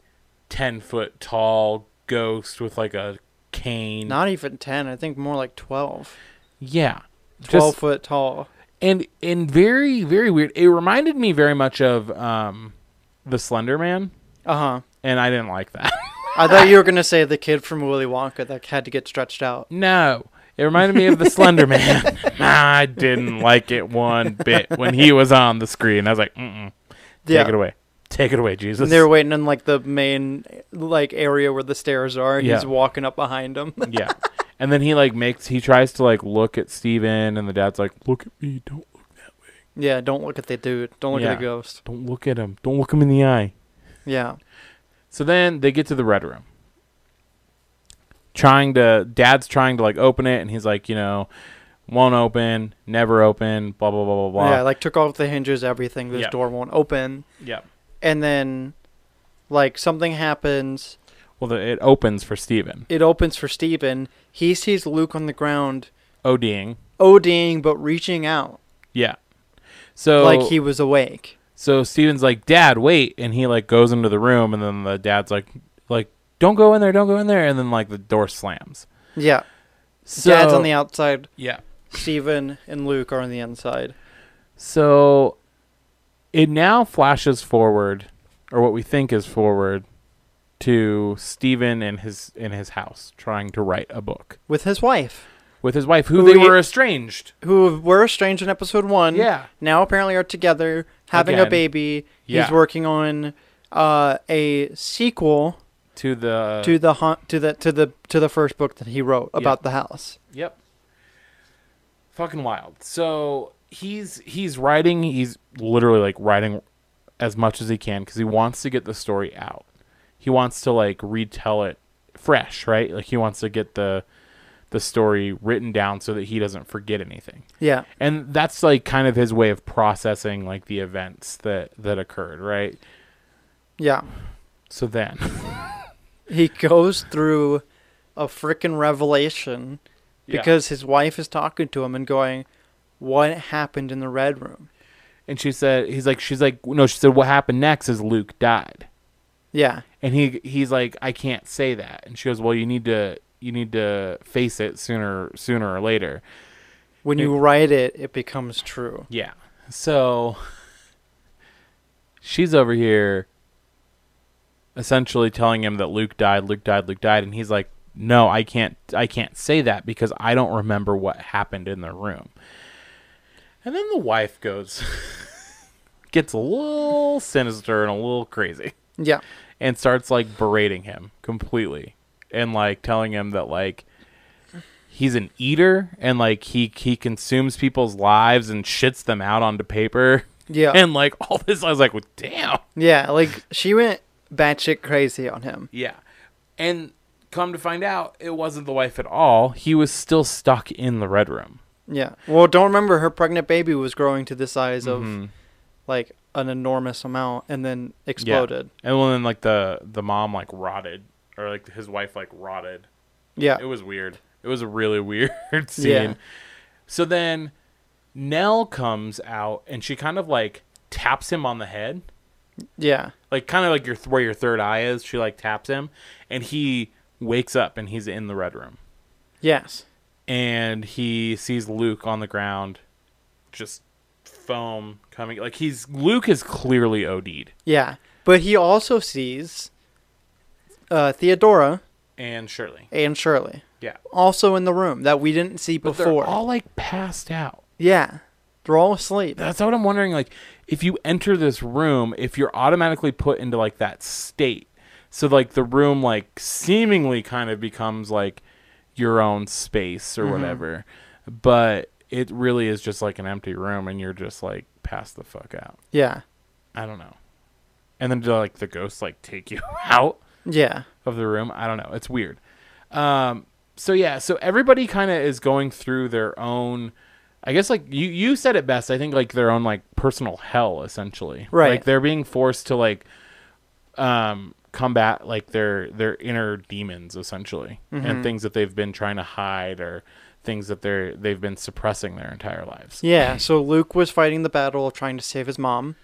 A: ten foot tall ghost with like a cane.
B: Not even ten, I think more like twelve.
A: yeah,
B: Twelve
A: Just,
B: foot tall.
A: and and very very weird. It reminded me very much of um, the Slender Man,
B: Uh huh.
A: and I didn't like that.
B: I thought you were gonna say the kid from Willy Wonka that had to get stretched out.
A: no. It reminded me of the Slender Man. I didn't like it one bit when he was on the screen. I was like, mm-mm, take
B: Yeah.
A: it away. Take it away, Jesus.
B: And they were waiting in like the main like area where the stairs are. And He's
A: Yeah.
B: walking up behind him.
A: yeah. And then he like makes he tries to like look at Steven and the dad's like, Look at me, don't look
B: yeah, don't look at the dude. Don't look at
A: Yeah.
B: the ghost.
A: don't look at him. Don't look him in the eye.
B: Yeah.
A: So then they get to the red room. Trying to dad's trying to like open it and he's like, you know, won't open, never open, blah blah blah blah blah.
B: Yeah, like took off the hinges, everything. This
A: Yeah.
B: door won't open.
A: yeah.
B: And then like something happens.
A: Well, the, it opens for Steven.
B: It opens for Steven. He sees Luke on the ground
A: ODing.
B: ODing but reaching out
A: Oh, Yeah. So
B: like he was awake.
A: So Steven's like, "Dad, wait," and he like goes into the room, and then the dad's like, "Like, don't go in there, don't go in there," and then like the door slams.
B: Yeah.
A: So,
B: Dad's on the outside.
A: yeah.
B: Steven and Luke are on the inside.
A: So it now flashes forward, or what we think is forward, to Steven in his in his house trying to write a book
B: With his wife.
A: with his wife, who
B: Who
A: they
B: he-
A: were estranged.
B: who were estranged in episode one.
A: Yeah.
B: Now apparently are together, having a
A: Again.
B: baby.
A: Yeah.
B: He's working on uh, a sequel
A: To the
B: to the haunt to the to the to the first book that he wrote
A: Uh. Yeah.
B: about the house.
A: Yep. Fucking wild. So he's he's writing. He's literally like writing as much as he can because he wants to get the story out. He wants to like retell it fresh, right? Like he wants to get the the story written down so that he doesn't forget anything.
B: Yeah.
A: And that's like kind of his way of processing like the events that that occurred, right?
B: Yeah.
A: So then,
B: He goes through a freaking revelation
A: Yeah.
B: because his wife is talking to him and going, What happened in the red room?
A: and she said he's like she's like no, she said what happened next is Luke died.
B: Yeah.
A: and he he's like i can't say that and she goes well you need to you need to face it sooner sooner or later
B: When you write it, it becomes true.
A: yeah so she's over here essentially telling him that luke died luke died luke died and he's like no i can't i can't say that because i don't remember what happened in the room and then the wife goes gets a little sinister and a little crazy
B: Yeah.
A: and starts like berating him completely and like telling him that like he's an eater and like he he consumes people's lives and shits them out onto paper
B: Yeah.
A: and like all this I was like well, damn
B: yeah. Like she went batshit crazy on him.
A: yeah and come to find out it wasn't the wife at all he was still stuck in the red room
B: Yeah. Well, don't remember her pregnant baby was growing to the size
A: Mm-hmm.
B: of like an enormous amount and then exploded.
A: and well, then like the the mom like rotted or like his wife like rotted
B: Yeah.
A: it was weird. It was a really weird scene.
B: Yeah.
A: So then Nell comes out and she kind of like taps him on the head,
B: Yeah.
A: like kind of like your where your third eye is. She like taps him, and he wakes up and he's in the red room
B: Yes.
A: and he sees Luke on the ground, just foam coming. Like he's Luke is clearly OD'd
B: Yeah. But he also sees uh, Theodora
A: and Shirley.
B: and Shirley
A: Yeah,
B: also in the room that we didn't see
A: but
B: before.
A: they're all like passed out.
B: yeah. They're all asleep.
A: that's what I'm wondering. Like, if you enter this room, if you're automatically put into like that state, so like the room like seemingly kind of becomes like your own space or whatever, but it really is just like an empty room, and you're just like passed the fuck out.
B: Yeah.
A: I don't know. And then do like the ghosts like take you out
B: Yeah.
A: of the room. I don't know. It's weird. Um, so yeah, so everybody kind of is going through their own. I guess like you you said it best. I think like their own like personal hell essentially.
B: Right.
A: Like they're being forced to like um combat like their their inner demons essentially and things that they've been trying to hide or things that they're they've been suppressing their entire lives.
B: Yeah. So Luke was fighting the battle of trying to save his mom.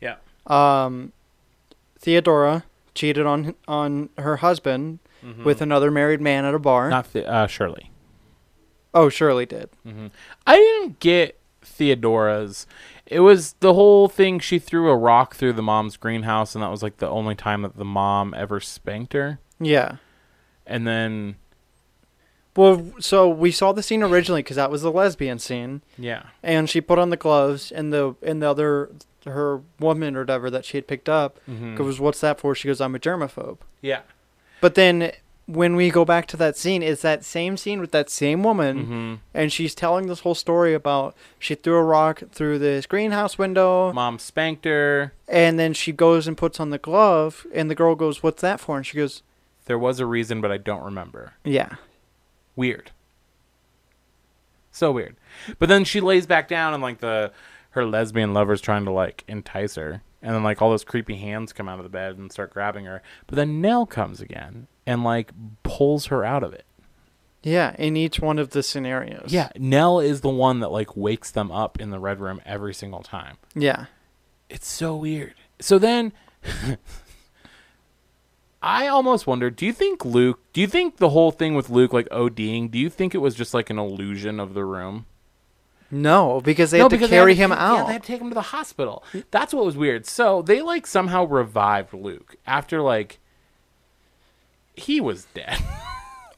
A: Yeah.
B: um, Theodora cheated on on her husband with another married man at a bar.
A: Mm-hmm. Not the, uh Shirley.
B: oh, Shirley did.
A: I didn't get Theodora's. It was the whole thing. She threw a rock through the mom's greenhouse, and that was like the only time that the mom ever spanked her.
B: Yeah,
A: And then
B: Well, so we saw the scene originally because that was the lesbian scene,
A: Yeah.
B: and she put on the gloves, and the and the other her woman or whatever that she had picked up goes, "What's that for?" She goes, "I'm a germaphobe."
A: Yeah.
B: But then when we go back to that scene, it's that same scene with that same woman,
A: Mm-hmm.
B: and she's telling this whole story about she threw a rock through this greenhouse window,
A: Mom spanked her.
B: and then she goes and puts on the glove, and the girl goes, "What's that for?" And she goes,
A: There was a reason, but I don't remember.
B: "Yeah."
A: Weird. So weird. But then she lays back down and like the her lesbian lover's trying to like entice her. And then like all those creepy hands come out of the bed and start grabbing her. But then Nell comes again and like pulls her out of it.
B: Yeah, in each one of the scenarios.
A: Yeah, Nell is the one that like wakes them up in the red room every single time.
B: Yeah.
A: It's so weird. So then I almost wonder, do you think Luke, do you think the whole thing with Luke like ODing, do you think it was just like an illusion of the room?
B: No, because they
A: no,
B: had to
A: because
B: carry
A: they had
B: him
A: to-
B: out.
A: Yeah, they had to take him to the hospital. That's what was weird. So they like somehow revived Luke after like he was dead.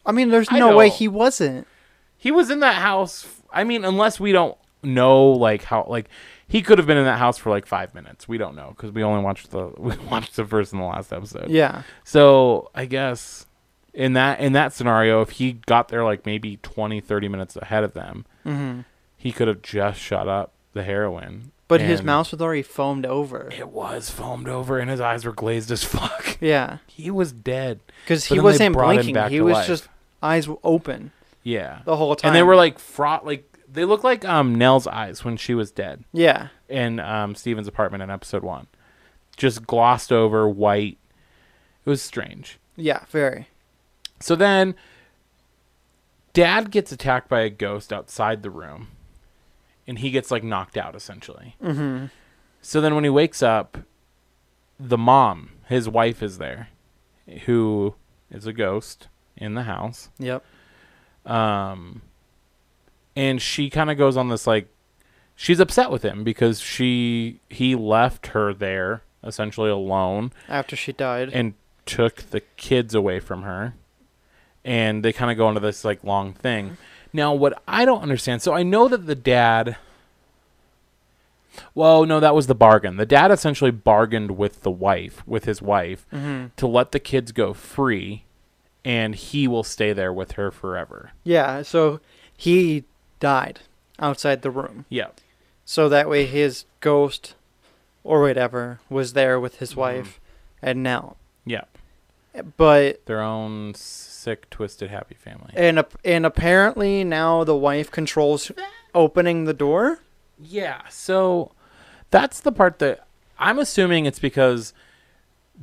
B: I mean, there's
A: I
B: no way
A: know.
B: he wasn't.
A: he was in that house. f- I mean, unless we don't know like how like he could have been in that house for like five minutes. We don't know because we only watched the we watched the first and the last episode.
B: Yeah.
A: So I guess in that in that scenario, if he got there like maybe 20, 30 minutes ahead of them,
B: hmm
A: he could have just shot up the heroin.
B: But his
A: and
B: mouth was already foamed over.
A: it was foamed over and his eyes were glazed as fuck.
B: Yeah,
A: He was dead.
B: because
A: But
B: he
A: then they
B: wasn't
A: brought him
B: blinking.
A: back
B: He
A: to
B: was
A: life.
B: just eyes w- open
A: Yeah.
B: the whole time.
A: And they were like fraught like they looked like um Nell's eyes when she was dead
B: yeah,
A: in um Steven's apartment in episode 1. Just glossed over white. It was strange.
B: yeah, very.
A: So then dad gets attacked by a ghost outside the room and he gets like knocked out essentially.
B: Mm-hmm.
A: So then when he wakes up, the mom, his wife is there who is a ghost in the house.
B: Yep.
A: Um and she kind of goes on this like she's upset with him because she he left her there essentially alone
B: After she died.
A: and took the kids away from her and they kind of go into this like long thing now what i don't understand so i know that the dad well no that was the bargain the dad essentially bargained with the wife with his wife
B: mm-hmm.
A: to let the kids go free and he will stay there with her forever
B: Yeah. So he died outside the room.
A: yeah
B: So that way his ghost or whatever was there with
A: Mm-hmm.
B: his wife and now.
A: yeah
B: But
A: their own sick twisted happy family
B: and ap- and apparently now the wife controls opening the door.
A: Yeah, so that's the part that I'm assuming it's because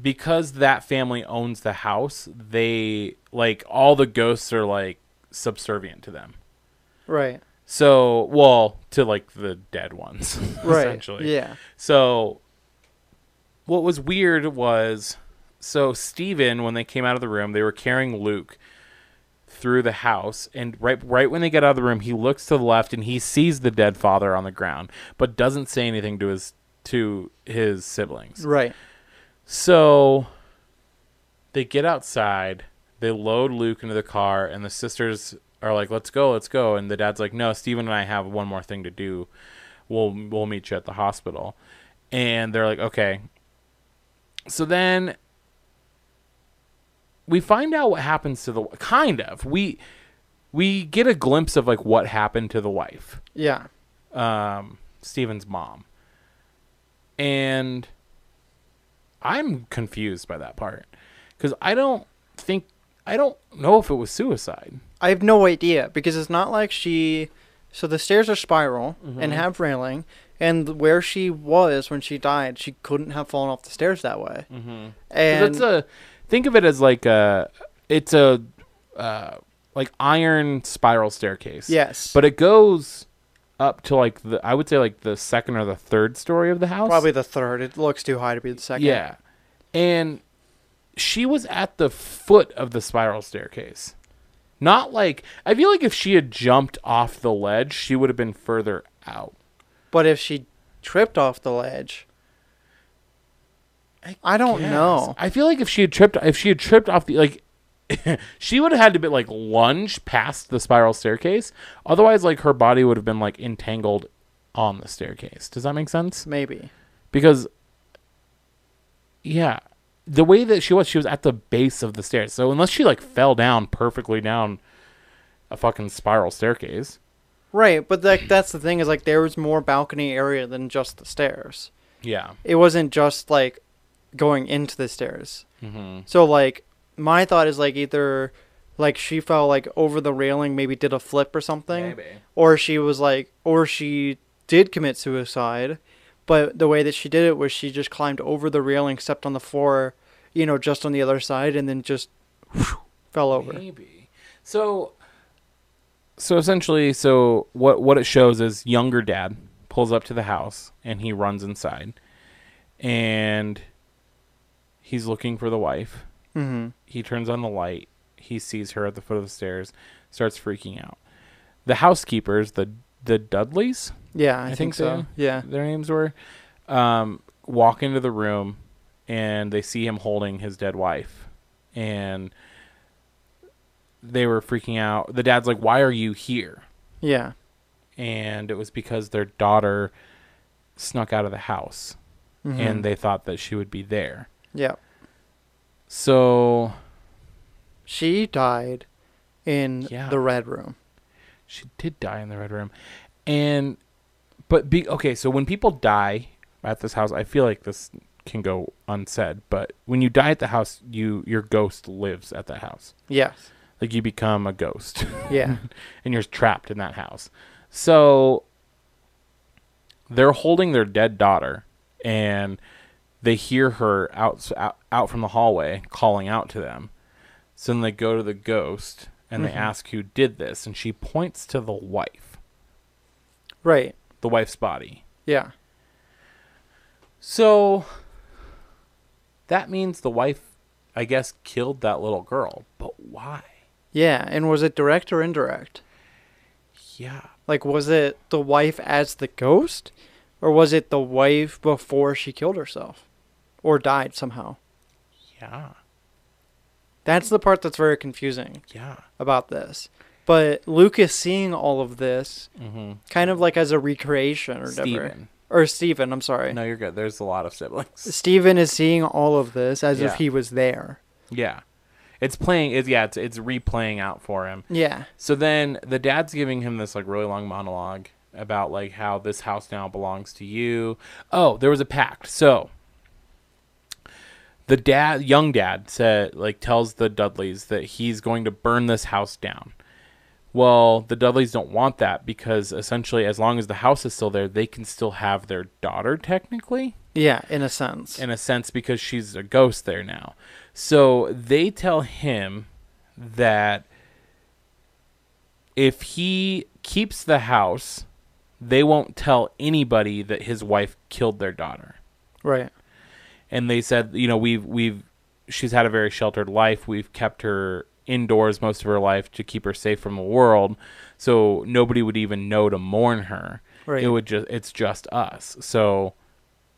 A: because that family owns the house, they like all the ghosts are like subservient to them.
B: Right.
A: So, well, to like the dead ones
B: Right.
A: essentially.
B: Yeah.
A: So what was weird was so Steven when they came out of the room, they were carrying Luke through the house and right right when they get out of the room, he looks to the left and he sees the dead father on the ground, but doesn't say anything to his to his siblings.
B: Right.
A: So they get outside, they load Luke into the car, and the sisters are like, "Let's go, let's go." And the dad's like, "No, Steven and I have one more thing to do. We'll we'll meet you at the hospital." And they're like, "Okay." So then we find out what happens to the kind of. We we get a glimpse of like what happened to the wife
B: Yeah.
A: um, Steven's mom. And I'm confused by that part because I don't think, I don't know if it was suicide.
B: I have no idea because it's not like she. So the stairs are spiral
A: Mm-hmm.
B: and have railing, and where she was when she died, she couldn't have fallen off the stairs that way.
A: Mm-hmm.
B: And
A: it's a, think of it as like a, it's a, uh, like iron spiral staircase.
B: yes,
A: But it goes up to like the, I would say like the second or the third story of the house.
B: probably the third. It looks too high to be the second.
A: Yeah. And she was at the foot of the spiral staircase. Not like I feel like if she had jumped off the ledge, she would have been further out.
B: But if she tripped off the ledge,
A: I
B: I, don't
A: Yes.
B: know.
A: I feel like if she had tripped if she had tripped off the like she would have had to be like lunge past the spiral staircase. Otherwise, like her body would have been like entangled on the staircase. Does that make sense?
B: Maybe.
A: Because yeah, the way that she was, she was at the base of the stairs. So unless she like fell down perfectly down a fucking spiral staircase.
B: Right, but like that's the thing is like there was more balcony area than just the stairs.
A: Yeah.
B: It wasn't just like going into the stairs.
A: Mm-hmm.
B: So like my thought is like either like she fell like over the railing, maybe did a flip or something, or she was like or she did commit suicide, but the way that she did it was she just climbed over the railing, stepped on the floor, you know, just on the other side, and then just whew, fell over.
A: Maybe. So so essentially so what what it shows is younger dad pulls up to the house and he runs inside and he's looking for the wife.
B: Mm-hmm.
A: He turns on the light. He sees her at the foot of the stairs, starts freaking out. The housekeepers, the the Dudleys,
B: Yeah, I,
A: I
B: think,
A: think
B: so.
A: so.
B: Yeah.
A: their names were, um, walk into the room and they see him holding his dead wife. And they were freaking out. The dad's like, Why are you here?
B: Yeah.
A: And it was because their daughter snuck out of the house
B: Mhm.
A: and they thought that she would be there.
B: Yeah.
A: So
B: She died in
A: Yeah.
B: the red room.
A: she did die in the red room. And, but be okay, so when people die at this house, I feel like this can go unsaid, but when you die at the house, you your ghost lives at that house.
B: Yes.
A: like you become a ghost
B: Yeah.
A: and you're trapped in that house so they're holding their dead daughter and they hear her out out, out from the hallway calling out to them so then they go to the ghost and
B: Mhm.
A: they ask who did this and she points to the wife
B: right.
A: the wife's body
B: Yeah.
A: so that means the wife i guess killed that little girl but why
B: Yeah. And was it direct or indirect?
A: yeah
B: Like, was it the wife as the ghost? Or was it the wife before she killed herself? Or died somehow?
A: yeah
B: That's the part that's very confusing
A: yeah
B: about this. But Luke is seeing all of this
A: mm-hmm
B: kind of like as a recreation or whatever.
A: Steven.
B: Or Stephen, I'm sorry.
A: No, you're good. There's a lot of siblings.
B: Stephen is seeing all of this as
A: Yeah.
B: if he was there.
A: Yeah. It's playing it's yeah, it's it's replaying out for him.
B: Yeah.
A: So then the dad's giving him this like really long monologue about like how this house now belongs to you. Oh, there was a pact. So the dad young dad said like tells the Dudleys that he's going to burn this house down. Well, the Dudleys don't want that because essentially as long as the house is still there, they can still have their daughter technically.
B: Yeah, in a sense.
A: in a sense because she's a ghost there now. So they tell him that if he keeps the house, they won't tell anybody that his wife killed their daughter.
B: right.
A: And they said, you know, we've we've she's had a very sheltered life. We've kept her indoors most of her life to keep her safe from the world. So nobody would even know to mourn her.
B: Right.
A: It would just it's just us. So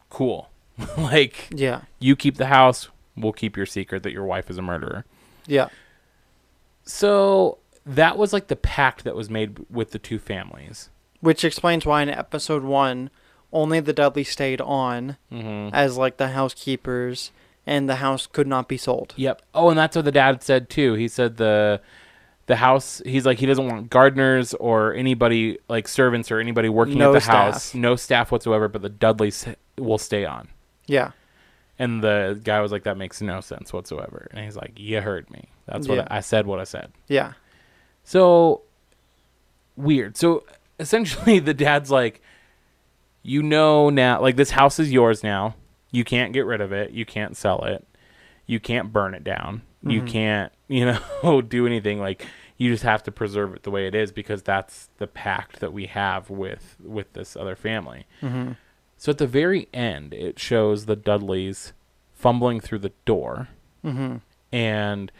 A: cool. like
B: Yeah.
A: you keep the house, we'll keep your secret that your wife is a murderer.
B: Yeah.
A: So that was like the pact that was made with the two families.
B: Which explains why in episode one, only the Dudley stayed on
A: Mm-hmm.
B: as like the housekeepers, and the house could not be sold.
A: Yep. Oh, and that's what the dad said too. He said the the house. He's like he doesn't want gardeners or anybody like servants or anybody working
B: No
A: at the house.
B: staff.
A: No staff whatsoever. But the Dudleys will stay on.
B: Yeah.
A: And the guy was like, "That makes no sense whatsoever." And he's like, "You heard me. That's what
B: Yeah.
A: I, I said. What I said."
B: Yeah.
A: So weird. So essentially, the dad's like, you know, now, like, this house is yours now. You can't get rid of it. You can't sell it. You can't burn it down.
B: Mm-hmm.
A: You can't, you know, do anything. Like, you just have to preserve it the way it is because that's the pact that we have with with this other family.
B: Mm-hmm.
A: So at the very end, it shows the Dudleys fumbling through the door,
B: Mm-hmm.
A: and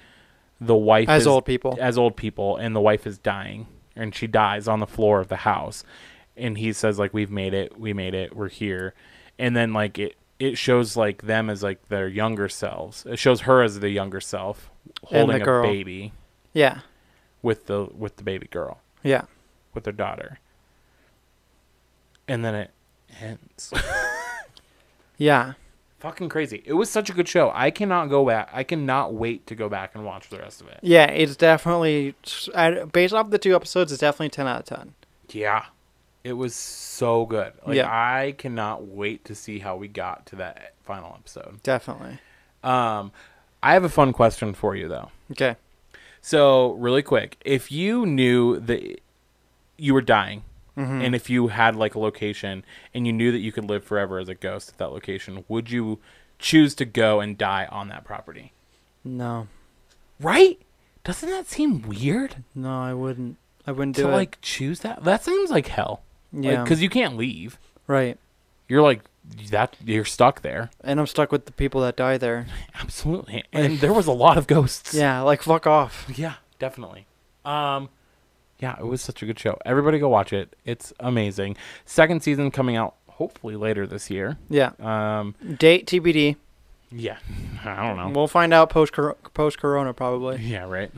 A: the wife
B: As
A: is,
B: old people.
A: as old people and the wife is dying and she dies on the floor of the house and he says like we've made it we made it we're here and then like it it shows like them as like their younger selves. It shows her as the younger self
B: the
A: holding
B: girl.
A: a baby
B: Yeah.
A: with the with the baby girl
B: Yeah.
A: with their daughter, and then it ends.
B: Yeah.
A: Fucking crazy! It was such a good show. I cannot go back. I cannot wait to go back and watch the rest of it.
B: Yeah, it's definitely I- based off the two episodes. It's definitely ten out of ten.
A: Yeah, it was so good. Like
B: Yeah.
A: I cannot wait to see how we got to that final episode.
B: Definitely.
A: Um, I have a fun question for you though.
B: Okay.
A: So, really quick, if you knew that you were dying,
B: Mm-hmm.
A: and if you had like a location and you knew that you could live forever as a ghost at that location, would you choose to go and die on that property?
B: No,
A: Right? Doesn't that seem weird
B: no, I wouldn't. I wouldn't
A: to
B: do it.
A: like choose that? That seems like hell.
B: yeah.
A: Because you can't leave.
B: right.
A: You're like that. You're stuck there.
B: And I'm stuck with the people that die there.
A: Absolutely. And there was a lot of ghosts.
B: Yeah. Like fuck off.
A: Yeah, definitely. Um yeah, it was such a good show. Everybody go watch it. It's amazing. Second season coming out hopefully later this year.
B: Yeah.
A: Um
B: Date TBD.
A: yeah, I don't know.
B: We'll find out post post Corona probably.
A: Yeah, right.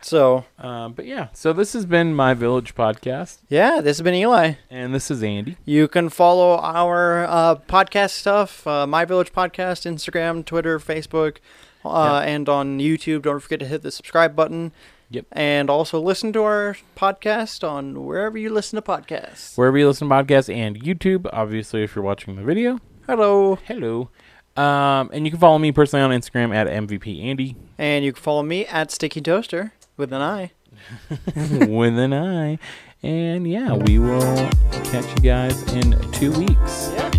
B: So
A: Um but yeah, so this has been my Village podcast
B: yeah, this has been Eli.
A: and this is Andy.
B: You can follow our uh, podcast stuff, uh, My Village Podcast, Instagram, Twitter, Facebook, uh, and on YouTube. Don't forget to hit the subscribe button.
A: Yep.
B: And also listen to our podcast on wherever you listen to podcasts.
A: Wherever you listen to podcasts and YouTube, obviously if you're watching the video.
B: Hello.
A: Hello. Um and you can follow me personally on Instagram at MVP Andy
B: And you can follow me at Sticky Toaster with an I.
A: with an I. And yeah, we will catch you guys in two weeks.
B: Yeah.